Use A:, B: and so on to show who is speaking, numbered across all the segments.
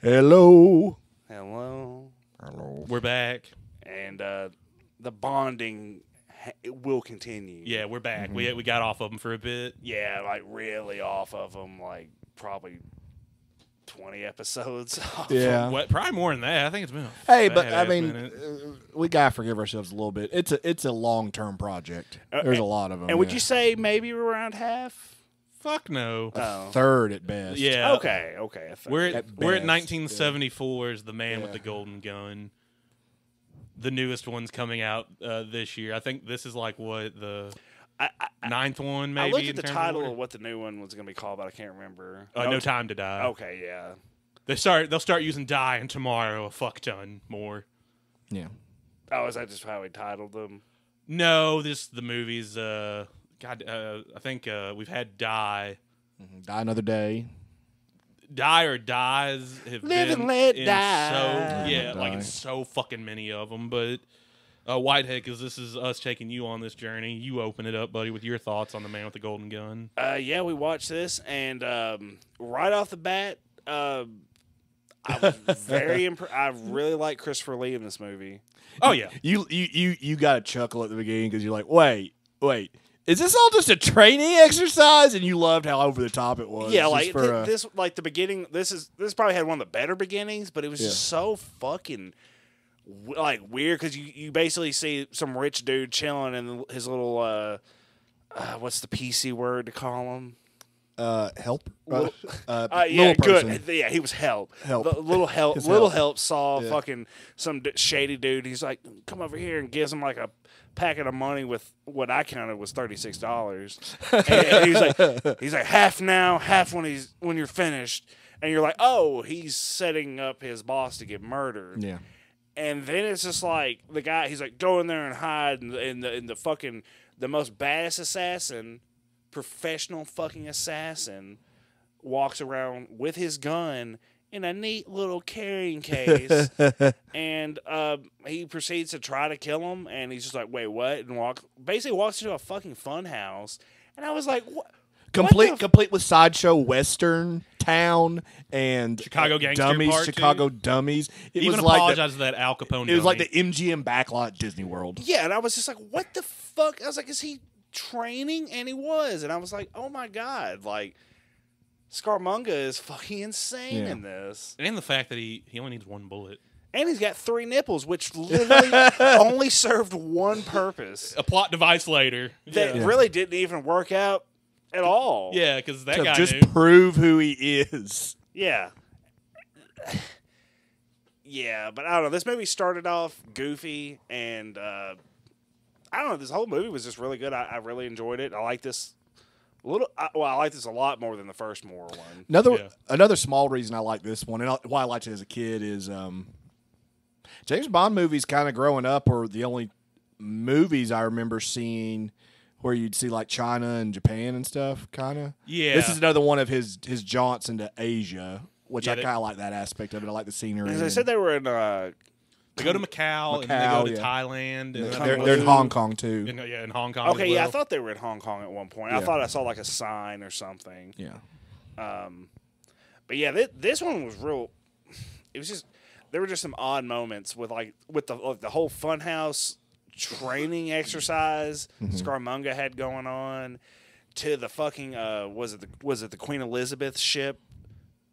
A: Hello.
B: Hello.
A: Hello.
C: We're back.
B: And uh, the bonding ha- it will continue.
C: Yeah, we're back. We
B: Mm-hmm.
C: we got off of them for a bit.
B: Yeah, like really off of them, like probably 20 episodes. Off
A: Yeah.
C: What? Probably more than that. I think it's been. a
A: Hey, but I
C: fat-ass
A: mean,
C: minute.
A: uh, we gotta forgive ourselves a little bit. It's a it's a long term project.
B: Uh,
A: There's a lot of them.
B: And would you say maybe around half?
C: fuck no.
B: No.
A: third at best?
C: yeah.
B: uh, Okay, okay. I think-
C: We're at,
A: At
C: we're at
A: best,
C: 1974 is the man with
A: Yeah.
C: the golden gun. The newest one's coming out uh, this year. I think this is like what the
B: I, I,
C: ninth one
B: I
C: maybe.
B: looked
C: in
B: at the
C: terms of
B: title
C: order?
B: of what the new one was going to be called, but I can't remember.
C: Uh, no, time to die.
B: Okay, yeah.
C: They start. They'll start using die and tomorrow a fuck ton more.
A: Yeah.
B: Oh, is that just how we titled them?
C: No, this the movies. Uh, God, uh, I think uh, we've had die,
A: Die another day.
C: die or dies.
B: Live
C: Have been
B: and let
C: in
B: die.
C: So, yeah, like
A: Die.
C: in so fucking many of them. But uh, Whitehead, because this is us taking you on this journey. You open it up, buddy, with your thoughts on the man with the golden gun.
B: Uh, yeah, we watched this, and um, right off the bat, uh, I was very impressed. I really like Christopher Lee in this movie.
C: Oh yeah,
A: You you you you got to chuckle at the beginning because you're like, wait, wait, is this all just a training exercise? And you loved how over the top it was.
B: yeah,
A: just
B: like
A: for,
B: thi-
A: uh,
B: this, like the beginning. This is this probably had one of the better beginnings, but it was just so fucking w- like weird because you you basically see some rich dude chilling in his little uh, uh what's the PC word to call him?
A: uh, help. Uh, uh,
B: Uh, yeah,
A: little person.
B: good. Yeah, he was help.
A: Help.
B: The little help.
A: His
B: little help,
A: help.
B: saw
A: Yeah.
B: fucking some d- shady dude. He's like, "Come over here," and gives him like a packet of money with what I counted was thirty six dollars. and he's like, he's like half now, half when he's when you're finished. And you're like, oh, he's setting up his boss to get murdered.
A: Yeah.
B: And then it's just like the guy. He's like, go in there and hide. And, the- and the and the fucking the most badass assassin, professional fucking assassin, walks around with his gun in a neat little carrying case. and uh, he proceeds to try to kill him. And he's just like, wait, what? And walks basically walks into a fucking fun house. And I was like, what?
A: Complete,
B: What the f-
A: complete with sideshow western town and uh,
C: Chicago Gangster
A: dummies,
C: Part Two.
A: Chicago dummies. It
C: even
A: was like
C: apologize
A: the,
C: to that Al Capone.
A: it was like the
C: dummy.
A: MGM backlot Disney World.
B: Yeah, and I was just like, what the fuck? I was like, is he training? And he was. And I was like, oh my God, like Scarmunga is fucking insane
A: Yeah.
B: in this.
C: and the fact that he he only needs one bullet.
B: And he's got three nipples, which literally only served one purpose
C: A plot device later.
B: that really didn't even work out at all.
C: Yeah, because that
A: To
C: guy
A: just
C: knew.
A: prove who he is.
B: Yeah. Yeah, but I don't know. This movie started off goofy, and uh, I don't know. This whole movie was just really good. I, I really enjoyed it. I like this a little. I, well, I like this a lot more than the first Moore one.
A: Another
C: Yeah.
A: another small reason I like this one and I- why I liked it as a kid is um, James Bond movies. Kind of growing up, are the only movies I remember seeing where you'd see like China and Japan and stuff. Kind of.
C: Yeah.
A: This is another one of his his jaunts into Asia, which
C: Yeah,
A: I
C: that-
A: kind of like that aspect of it. I like the scenery.
B: Because they
A: and-
B: said they were in. Uh,
C: They go to Macau, and then they
A: Macau,
C: go to
A: yeah.
C: Thailand. And then
A: they're,
B: Kung
A: they're in
B: Fu.
A: Hong Kong too.
C: In, yeah, in Hong Kong. as
B: okay, yeah, I
C: well.
B: thought they were in Hong Kong at one point. I
A: Yeah.
B: thought I saw like a sign or something.
A: yeah.
B: Um, but yeah, th- this one was real. It was just there were just some odd moments with like with the like the whole funhouse training exercise
A: Mm-hmm.
B: Scarmunga had going on to the fucking uh was it the was it the Queen Elizabeth ship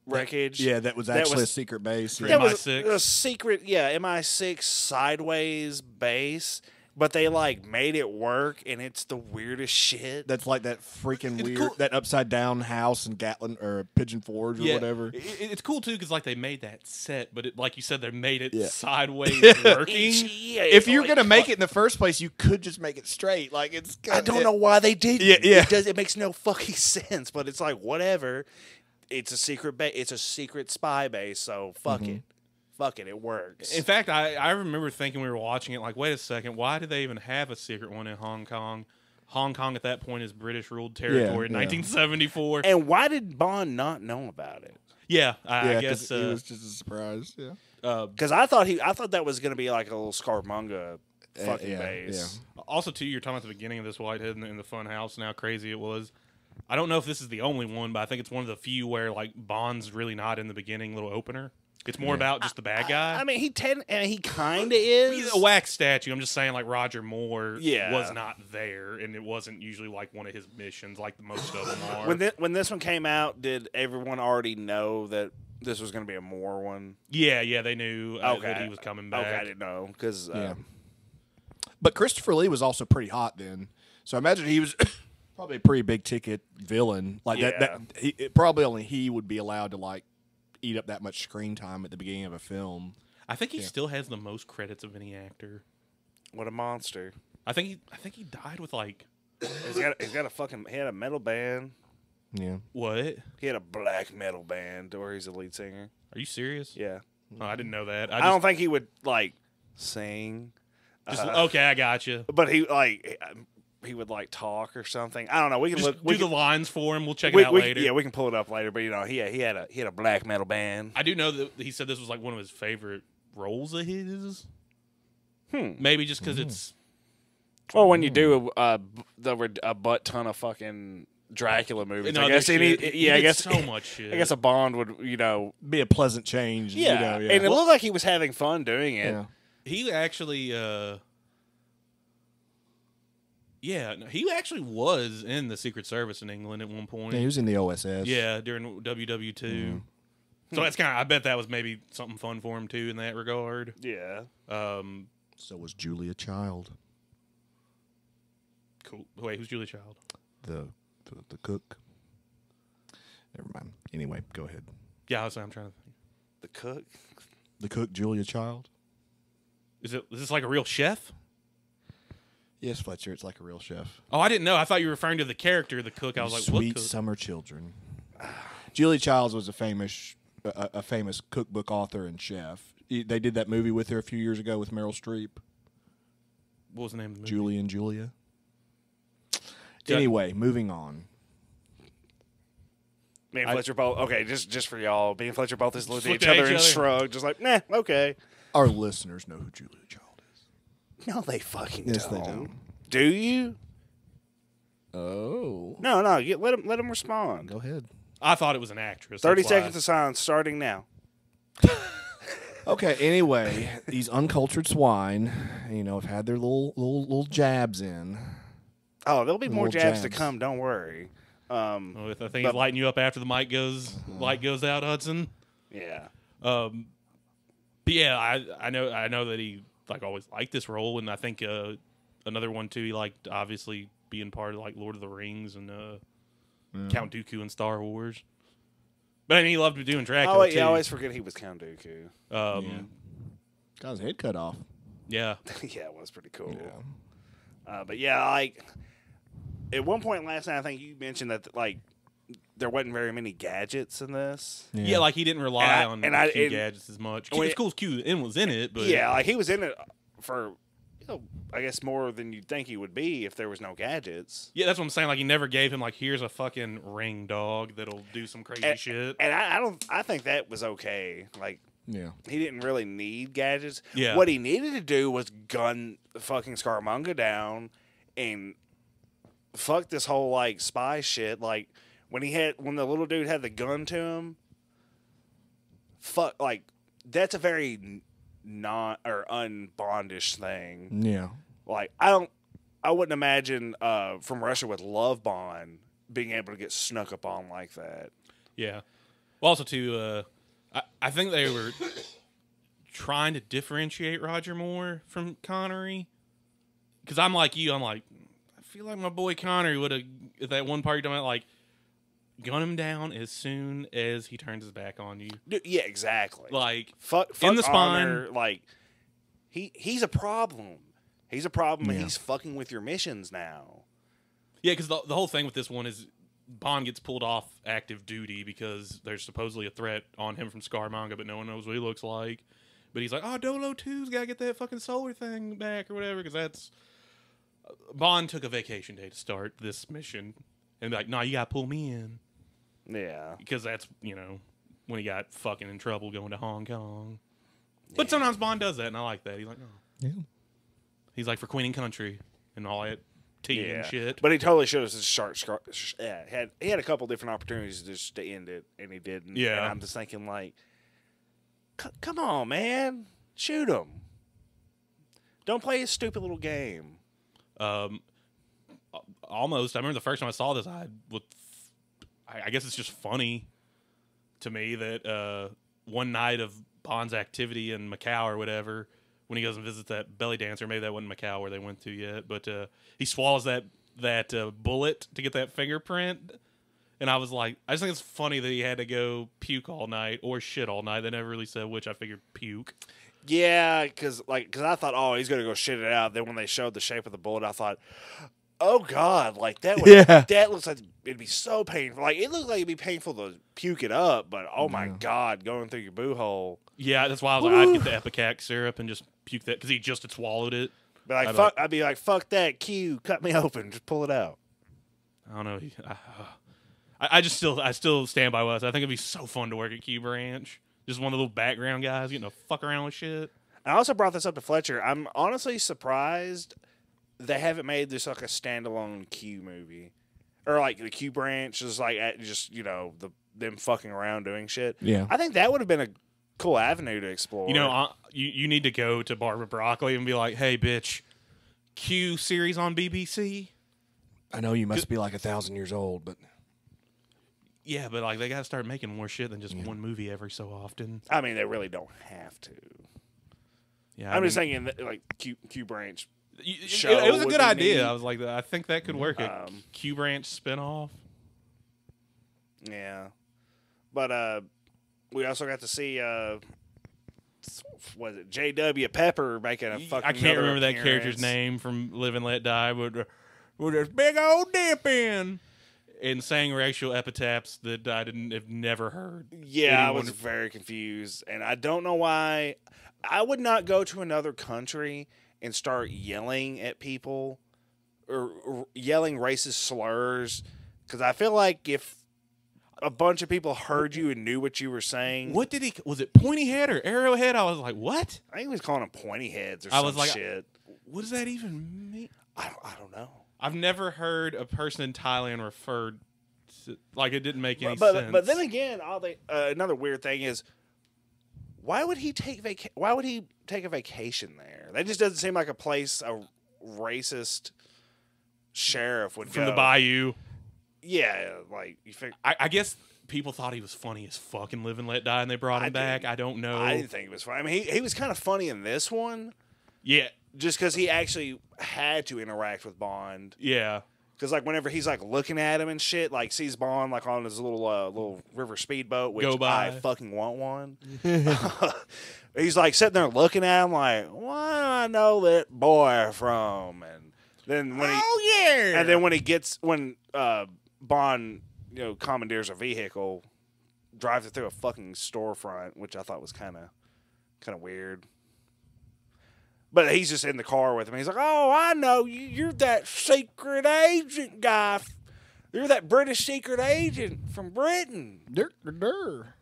B: wreckage?
A: Yeah, that was
B: That
A: actually
B: was-
A: a secret base.
C: That
A: yeah.
B: that was
C: MI6.
B: a secret. Yeah, MI6 sideways base, but they like made it work, and it's the weirdest shit.
A: That's like that freaking
C: It's
A: weird,
C: cool.
A: that upside down house in Gatlin or Pigeon Forge or
C: Yeah.
A: whatever.
C: I- I- it's cool too because like they made that set, but it, like you said, they made it
A: Yeah.
C: sideways
B: It's-
C: working.
B: yeah,
A: If
B: it's
A: you're
B: E like-
A: gonna make it in the first place, you could just make it straight. Like it's.
B: I
A: kinda-
B: don't know why they did.
A: Yeah, yeah.
B: It, does, it makes no fucking sense. But it's like whatever. It's a secret base. It's a secret spy base. So fuck
A: Mm-hmm.
B: it. Fuck it. It works.
C: In fact, I, I remember thinking we were watching it like, wait a second, why do they even have a secret one in Hong Kong? Hong Kong at that point is British ruled territory.
A: yeah.
C: 1974.
B: and why did Bond not know about it?
C: Yeah, I,
A: Yeah, 'cause
C: I guess.
A: it
C: Uh,
A: was just a surprise. Yeah.
C: uh,
B: Because I thought he. I thought that was gonna be like a little Scarmonga fucking
A: Eh, yeah,
B: base.
C: also, too, you're talking about the beginning of this Whitehead and the, and the fun house and how crazy it was. I don't know if this is the only one, but I think it's one of the few where like Bond's really not in the beginning little opener. It's more about just the bad guy.
B: I mean, he ten and he kind of is.
C: He's a wax statue. I'm just saying, like Roger Moore
B: Yeah.
C: was not there, and it wasn't usually like one of his missions, like the most of them are.
B: When thi- when this one came out, did everyone already know that this was going to be a Moore one?
C: yeah, yeah, they knew uh, that
B: Okay.
C: he was coming back.
B: Okay, I didn't know because
A: Yeah.
B: uh,
A: But Christopher Lee was also pretty hot then, so I imagine he was probably a pretty big ticket villain. Like
B: Yeah.
A: that, that he, it, probably only he would be allowed to like eat up that much screen time at the beginning of a film.
C: I think he still has the most credits of any actor.
B: what a monster!
C: I think he, I think he died with like
B: He's got he's got a fucking he had a metal band.
A: Yeah,
C: what?
B: He had a black metal band, or he's a lead singer.
C: Are you serious?
B: Yeah,
C: Oh, I didn't know that. I,
B: I,
C: just,
B: don't think he would like sing,
C: just-
B: uh,
C: okay, I got you.
B: but he like he would like talk or something. I don't know. We can
C: Just
B: look.
C: do
B: We
C: the
B: can,
C: lines for him. We'll check
B: we-
C: it out
B: we-
C: later.
B: Yeah, we can pull it up later. But you know, he he had a he had a black metal band.
C: I do know that he said this was like one of his favorite roles of his.
B: Hmm.
C: Maybe just because it's
B: Well, when you do a, a, the, rid- a butt ton of fucking Dracula movies, I
C: another
B: guess any,
C: shit. He
B: yeah, I
C: did
B: guess
C: so much shit.
B: I guess a Bond would you know
A: be a pleasant change. you know, yeah.
B: and it looked like he was having fun doing it.
A: yeah.
C: He actually, uh, yeah, no, he actually was in the Secret Service in England at one point.
A: Yeah,
C: Yeah,
A: he was in the OSS.
C: during WW2.
A: Mm-hmm.
C: So that's kind of, I bet that was maybe something fun for him too in that regard.
B: Yeah.
C: Um,
A: So was Julia Child,
C: cool. Wait, who's Julie Child?
A: the the, the cook. Never mind. Anyway, go ahead.
C: Yeah, I was, I'm trying to think.
B: the cook.
A: The cook, Julia Child.
C: Is it, is this like a real chef?
A: Yes, Fletcher. It's like a real chef.
C: Oh, I didn't know. I thought you were referring to the character, the cook. I was like,
A: Sweet
C: what cook?
A: Summer Children. Julie Childs was a famous a, a famous cookbook author and chef. E- They did that movie with her a few years ago with Meryl Streep,
C: What was the name of the movie?
A: Julie and Julia.
C: Yeah.
A: Anyway, moving on.
B: Me and Fletcher both okay. Just just for y'all, me and Fletcher both just looked at
C: looked
B: each
C: at
B: other
C: each
B: and
C: other.
B: shrugged, just like nah, okay.
A: Our listeners know who Julia Child is.
B: No, they fucking
A: Yes, they
B: don't.
A: don't.
B: Do you?
A: Oh,
B: No, no. You, let him let him respond.
A: go ahead.
C: I thought it was an actress.
B: Thirty
C: that's why.
B: seconds of silence starting now.
A: Okay. Anyway, these uncultured swine, you know, have had their little little little jabs in.
B: Oh, there'll be more
A: Little
B: jabs to
A: jabs.
B: come. Don't worry. Um,
C: Oh, I think he's lighting you up after the mic goes light goes out, Hudson.
B: yeah.
C: Um, but yeah, I I know I know that he like always liked this role, and I think uh, another one too. He liked obviously being part of like Lord of the Rings and uh, Count Dooku and Star Wars. But I mean, he loved doing Dracula
B: Oh, wait,
C: too.
B: yeah, I always forget he was Count Dooku.
C: um,
A: Got his head cut off.
C: yeah.
B: yeah, it was pretty cool. Uh, but yeah, like at one point last night, I think you mentioned that like there wasn't very many gadgets in this.
C: yeah, like he didn't rely
B: And I-
C: on
B: and I-
C: Q
B: and-
C: gadgets as much.
B: Well,
C: it's cool. as Q in was in it, but
B: yeah, like he was in it uh, for you know, I guess more than you'd think he would be if there was no gadgets.
C: Yeah, that's what I'm saying. Like he never gave him like here's a fucking ring dog that'll do some crazy
B: And,
C: shit.
B: and I, I don't. I think that was okay. Like
A: Yeah.
B: he didn't really need gadgets.
C: Yeah.
B: What he needed to do was gun the fucking Scarmonga down and fuck this whole like spy shit. Like when he had when the little dude had the gun to him. Fuck like that's a very n- non or unbondish thing.
A: Yeah.
B: Like I don't I wouldn't imagine uh from Russia with Love Bond being able to get snuck up on like that.
C: Yeah. Well, also too, uh, I, I think they were trying to differentiate Roger Moore from Connery. Because I'm like you, I'm like, I feel like my boy Connery would have at that one part done it like gun him down as soon as he turns his back on you.
B: Dude, yeah, exactly.
C: Like
B: fuck, fuck
C: In the spine.
B: honor, like he he's a problem. He's a problem, and
A: Yeah.
B: he's fucking with your missions now.
C: yeah, because the, the whole thing with this one is Bond gets pulled off active duty because there's supposedly a threat on him from Scarmanga, but no one knows what he looks like. But he's like, oh, Dolo 2's got to get that fucking solar thing back or whatever, because that's. uh, Bond took a vacation day to start this mission and be like, nah, you got to pull me in
B: Yeah,
C: because that's, you know, when he got fucking in trouble going to Hong Kong. But sometimes Bond does that, and I like that. He's like, no.
A: Yeah.
C: He's like, for Queen and Country and all that tea
B: yeah.
C: and shit.
B: But he totally should have just start. scar- sh- Yeah, had he had a couple different opportunities just to end it, and he didn't.
C: Yeah.
B: and I'm just thinking like, C- come on, man, shoot him. Don't play his stupid little game.
C: Um, al- almost. I remember the first time I saw this, I would. I I guess it's just funny to me that uh, one night of Bond's activity in Macau or whatever, when he goes and visits that belly dancer, maybe that wasn't Macau where they went to yet, but uh, he swallows that that uh, bullet to get that fingerprint. And I was like, I just think it's funny that he had to go puke all night or shit all night. They never really said which. I figured puke.
B: Yeah, because like, because I thought, oh, he's gonna go shit it out. Then when they showed the shape of the bullet, I thought, oh god, like that. Would,
A: Yeah.
B: that looks like it'd be so painful. Like it looked like it'd be painful to puke it up, but oh my god, going through your boo hole.
C: Yeah, that's why I was like, I'd get the Epicac syrup and just puke that because he just had swallowed it.
B: But like,
C: I'd
B: fuck, I'd be like, fuck that, Q, cut me open, just pull it out.
C: I don't know. He- I, I just still I still stand by Wes. I think it'd be so fun to work at Q Branch. Just one of the little background guys getting to fuck around with shit.
B: I also brought this up to Fletcher. I'm honestly surprised they haven't made this like a standalone Q movie, or like the Q branch is like at just you know the them fucking around doing shit.
A: Yeah.
B: I think that would have been a cool avenue to explore.
C: You know, I, you you need to go to Barbara Broccoli and be like, "Hey, bitch, Q series on BBC."
A: I know you must be like a thousand years old, but
C: Yeah, but like they gotta start making more shit than just one movie every so often.
B: I mean, they really don't have to.
C: Yeah,
B: I'm
C: I mean,
B: just thinking that like Q Q branch.
C: you- it-
B: show
C: it, was a
B: would
C: good
B: be
C: idea.
B: neat.
C: I was like, I think that could work. A
B: Um,
C: Q Branch spinoff.
B: Yeah, but uh, we also got to see uh, was it J.W. Pepper making a fucking.
C: I can't
B: another
C: remember that character's
B: appearance.
C: name from Live and Let Die, but uh, with this big old dip in and sang racial epitaphs that I didn't have never heard.
B: Yeah, I
C: anyone-
B: was very confused, and I don't know why. I would not go to another country and start yelling at people or, or yelling racist slurs because I feel like if a bunch of people heard you and knew what you were saying,
C: What did he? Was it pointy head or arrowhead? I was like, what?
B: I think he was calling them pointy heads or
C: I
B: some
C: was like-
B: shit.
C: What does that even mean?
B: I don't, I don't know.
C: I've never heard a person in Thailand referred to, like it didn't make any
B: But, but
C: sense.
B: but then again, all they, uh, another weird thing is. Why would he take vaca- Why would he take a vacation there? That just doesn't seem like a place a racist sheriff would
C: from
B: go.
C: the bayou,
B: Yeah, like you think.
C: I, I guess people thought he was funny as fuck in Live and Let Die, and they brought him
B: I
C: back.
B: didn't-
C: I don't know.
B: I didn't think it was funny. I mean, he, he was kind of funny in this one
C: yeah,
B: just because he actually had to interact with Bond.
C: yeah.
B: Because like whenever he's like looking at him and shit, like sees Bond like on his little uh, little river speedboat, which
C: Go by.
B: I fucking want one. he's like sitting there looking at him like, why do I know that boy from? And then when he
A: Oh,
C: yeah.
B: and then when he gets when uh, Bond you know commandeers a vehicle, drives it through a fucking storefront, which I thought was kind of kind of weird. But he's just in the car with him. He's like, "Oh, I know you. You're that secret agent guy. f- You're that British secret agent from Britain,
A: der, der, der.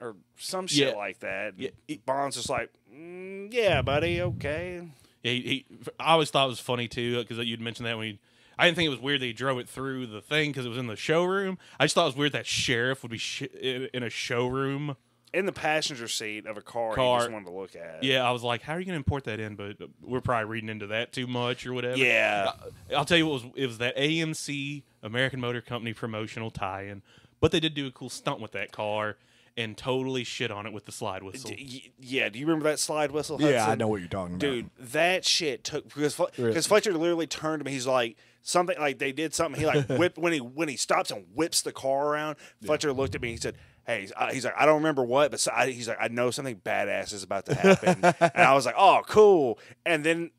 B: or some shit
C: Yeah.
B: like that." And
C: Yeah, it-
B: Bond's just like, mm, "Yeah, buddy. Okay.
C: Yeah, he, he, I always thought it was funny too because you'd mentioned that when he, I didn't think it was weird that he drove it through the thing because it was in the showroom. I just thought it was weird that sheriff would be sh- in, in a showroom.
B: In the passenger seat of a car,
C: Car.
B: he just wanted to look at.
C: Yeah, I was like, how are you going to import that in? But we're probably reading into that too much or whatever.
B: yeah.
C: I'll tell you what was it was that AMC American Motor Company promotional tie-in, but they did do a cool stunt with that car and totally shit on it with the slide whistle.
B: D- y- yeah, do you remember that slide whistle?
A: Yeah, I
B: Hudson?
A: know what you're talking about.
B: Dude, that shit took because Fle-
A: Really?
B: because Fletcher literally turned to me. He's like something like they did something. He like whipped when he when he stops and whips the car around. Fletcher looked at me. He said, "Hey," he's, uh, he's like, "I don't remember what, but so, I, he's like, I know something badass is about to happen." and I was like, "Oh, cool." And then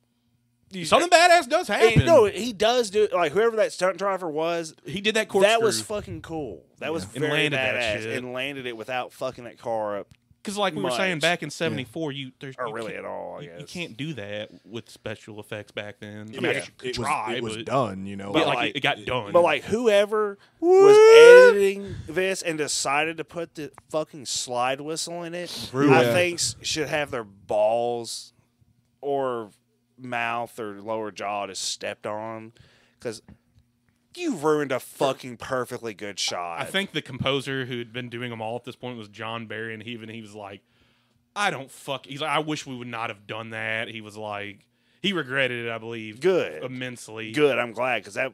B: you
C: Something badass does
B: Hey,
C: happen.
B: no, he does do like whoever that stunt driver was.
C: he did that corkscrew.
B: That was fucking cool. That was
C: And
B: very
C: landed that
B: badass,
C: shit.
B: and landed it without fucking that car up
C: Because, like we were saying
B: much.
C: back in '74, you there's
B: or
C: you
B: really at
C: can't-
B: all. I
C: you,
B: guess
C: you can't do that with special effects back then. I mean,
B: Yeah.
C: I guess you could
A: it was,
C: try,
A: it was
C: but,
A: done, you know.
C: but,
B: but
C: like,
B: like-
C: it got done.
B: But like whoever
A: Whoop.
B: was editing this and decided to put the fucking slide whistle in it,
A: Ruined
B: I
A: it.
B: think s- should have their balls or mouth or lower jaw just stepped on because you ruined a fucking perfectly good shot.
C: I think the composer who had been doing them all at this point was John Barry, and he even he was like, I don't fuck. He's like, I wish we would not have done that. He was like, he regretted it, I believe,
B: Good.
C: immensely.
B: Good. I'm glad because that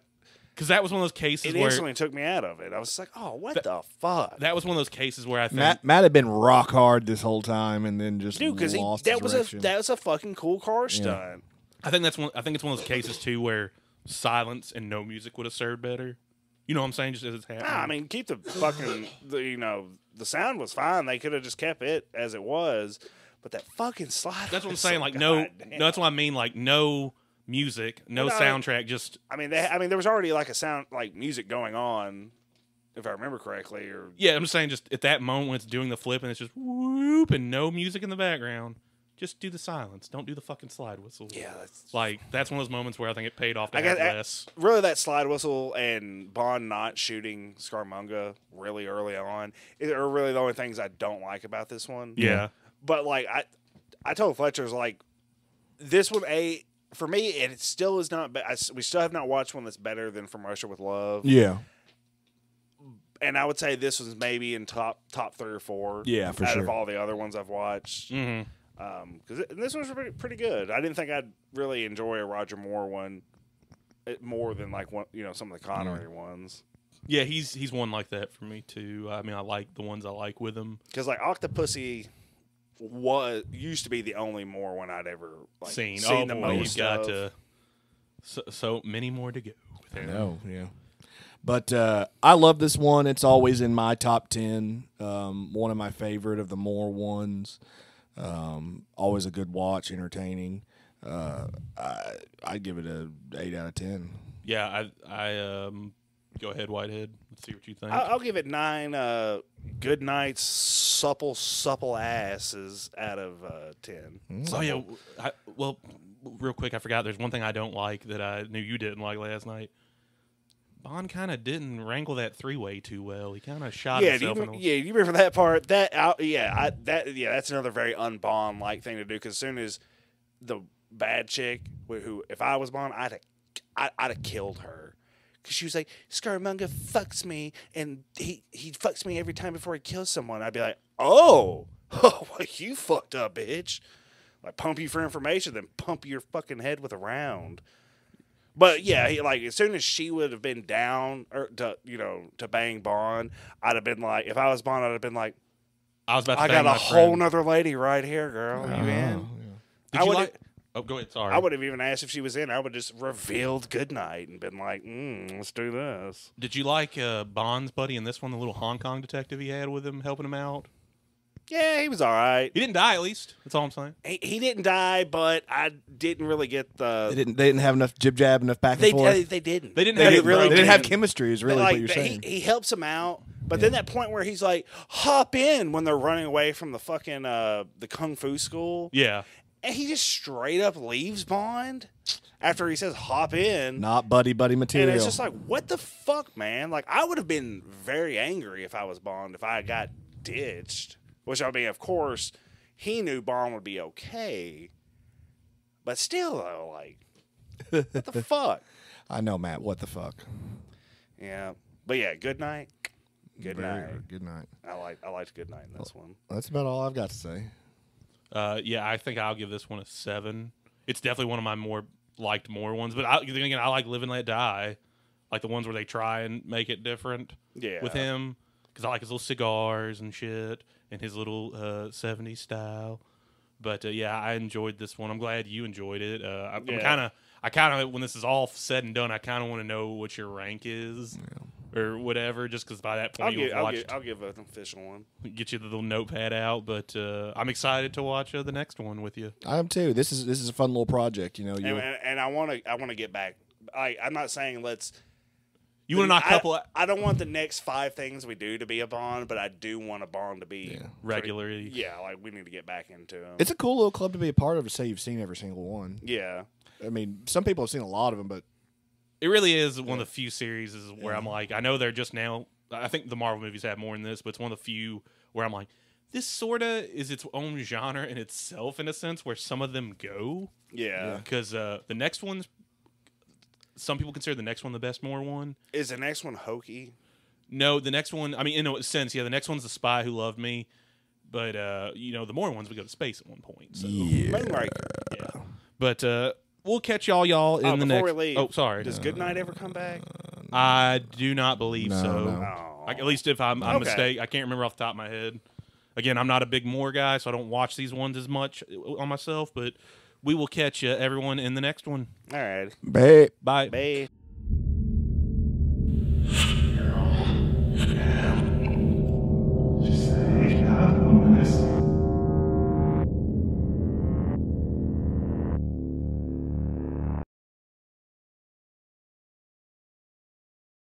C: because that was one of those cases
B: it
C: where
B: instantly took me out of it. I was just like, oh, what the fuck,
C: that was one of those cases where I think
A: Matt Matt had been rock hard this whole time, and then just
B: dude? Because
A: lost
B: that
A: his
B: was
A: direction.
B: a that was a fucking cool car stunt.
C: I think that's one. I think it's one of those cases too where silence and no music would have served better. You know what I'm saying? Just as it's happening.
B: Nah, I mean, keep the fucking the, you know the sound was fine. They could have just kept it as it was, but that fucking slide.
C: that's what I'm
B: was
C: saying.
B: so
C: Like no,
B: goddamn- uh,
C: no, that's what I mean. Like no music, no
B: Well, no, I-
C: soundtrack. Just
B: I mean, they, I mean, there was already like a sound like music going on, if I remember correctly, or
C: yeah, I'm just saying. Just at that moment when it's doing the flip and it's just whoop and no music in the background. Just do the silence. Don't do the fucking slide whistle.
B: yeah, that's
C: Like that's one of those moments where I think it paid off to
B: I
C: have
B: guess- I-
C: less.
B: really that slide whistle and Bond not shooting Scarmonga really early on is- are really the only things I don't like about this one.
C: yeah.
B: but like I, I told Fletcher's like this one a for me and it still is not. Be- I s we still have not watched one that's better than From Russia with Love,
A: yeah,
B: and I would say this was maybe in top top three or four.
A: Yeah, for
B: out of
A: sure.
B: all the other ones I've watched.
C: hmm
B: Um, because this one's pretty, pretty good. I didn't think I'd really enjoy a Roger Moore one eh, more than like one, you know, some of the Connery ones.
C: Yeah, he's he's one like that for me too. I mean, I like the ones I like with him.
B: Because like Octopussy was used to be the only Moore one I'd ever like,
C: seen.
B: seen
C: oh
B: the
C: boy,
B: most
C: you've
B: of.
C: got uh, so, so many more to go.
A: I
C: There.
A: know, yeah. But uh, I love this one. It's always in my top ten. Um, one of my favorite of the more ones. Um, always a good watch, entertaining. Uh, I I'd give it a eight out of ten.
C: Yeah, I I um go ahead, Whitehead. Let's see what you think.
B: I- I'll give it nine uh, good nights, supple, supple asses out of uh, 10.
C: oh yeah, w- I, well, real quick, I forgot. There's one thing I don't like that I knew you didn't like last night. Bond kind of didn't wrangle that three way too well. He kind of shot
B: Yeah, do you,
C: himself.
B: remember-
C: in the,
B: yeah, you remember that part? That out, yeah, I, that yeah, that's another very unbond like thing to do. Because soon as the bad chick, wh- who if I was Bond, I'd have, I, I'd have killed her. Because she was like, Scaramanga fucks me, and he he fucks me every time before he kills someone. I'd be like, oh, oh, well, you fucked up, bitch. Like pump you for information, then pump your fucking head with a round. But yeah, he, like as soon as she would have been down or to you know to bang Bond, I'd have been like, if I was Bond, I'd have been like,
C: I was about to
B: I
C: bang
B: got a
C: my
B: whole
C: friend.
B: nother lady right here, girl. You in?
A: Oh,
B: I
C: Did you
B: would-
C: like? Oh, go ahead. Sorry.
B: I would have even asked if she was in. I would have just revealed goodnight and been like, mm, let's do this.
C: Did you like uh, Bond's buddy in this one, the little Hong Kong detective he had with him, helping him out?
B: Yeah, he was all right.
C: He didn't die, at least. That's all I'm saying.
B: He, he didn't die, but I didn't really get
A: They
B: the.
A: didn't they didn't have enough jib jab, enough back and
B: They,
A: forth.
B: they, they didn't.
C: They didn't
A: They
C: have
A: didn't,
C: it really
A: they didn't have
B: didn't.
A: chemistry. Is really
B: like,
A: what you're
B: the-
A: saying.
B: He, he helps him out, but then that point where he's like, hop in when they're running away from the fucking uh, the kung fu school,
C: Yeah.
B: and he just straight up leaves Bond after he says hop in.
A: Not buddy buddy
B: And
A: material.
B: it's just like, what the fuck, man? Like, I would have been very angry if I was Bond if I got ditched. Which I mean, of course, he knew Bond would be okay, but still, though, like, what the fuck?
A: I know, Matt. What the fuck?
B: Yeah, but yeah, good night. Good night.
A: Very- Good night.
B: I like I liked Good Night in this one.
A: That's about all I've got to say.
C: Uh, yeah, I think I'll give this one a seven. It's definitely one of my more liked more ones, but I, then again, I like Live and Let Die, like the ones where they try and make it different
B: Yeah.
C: with him, because I like his little cigars and shit and his little uh, '70s style. But uh, yeah, I enjoyed this one. I'm glad you enjoyed it. Uh, I, I'm
B: Yeah.
C: kind of, I kind of, when this is all said and done, I kind of want to know what your rank is or whatever, just because by that
B: I'll
C: point
B: give,
C: you'll
B: I'll,
C: watch
B: give, I'll give an official one.
C: get you the little notepad out. But uh, I'm excited to watch uh, the next one with you.
A: I am too. This is this is a fun little project. You know, you
B: And, and, and I want to I want to get back. I I'm not saying let's.
C: You want to knock a couple
B: I, I don't want the next five things we do to be a bond, but I do want a bond to be
A: Yeah.
C: regularly?
B: Yeah, like we need to get back into them.
A: It's a cool little club to be a part of to say you've seen every single one.
B: yeah,
A: I mean, some people have seen a lot of them, but
C: It really is one of the few series is where I'm like, I know they're just now. I think the Marvel movies have more than this, but it's one of the few where I'm like, this sorta is its own genre in itself, in a sense, where some of them go.
B: yeah.
C: Because uh, the next one's, some people consider the next one the best more one.
B: Is the next one hokey?
C: No, the next one. I mean, in a sense, yeah. The next one's the spy who loved me. But uh, you know, the Morin ones would go to space at one point. So.
B: Moonraker.
C: Yeah. But uh, we'll catch y'all, y'all, in
B: Oh,
C: the
B: before
C: next.
B: we leave,
C: oh, sorry. Uh,
B: Does Goodnight ever come back?
C: I do not believe
A: No,
C: so.
A: no.
B: Oh.
C: Like, at least if I'm, I'm
B: Okay.
C: mistake, I can't remember off the top of my head. Again, I'm not a big Moore guy, so I don't watch these ones as much on myself. But we will catch uh, everyone in the next one.
B: All right.
A: Babe.
C: Bye.
B: Bye.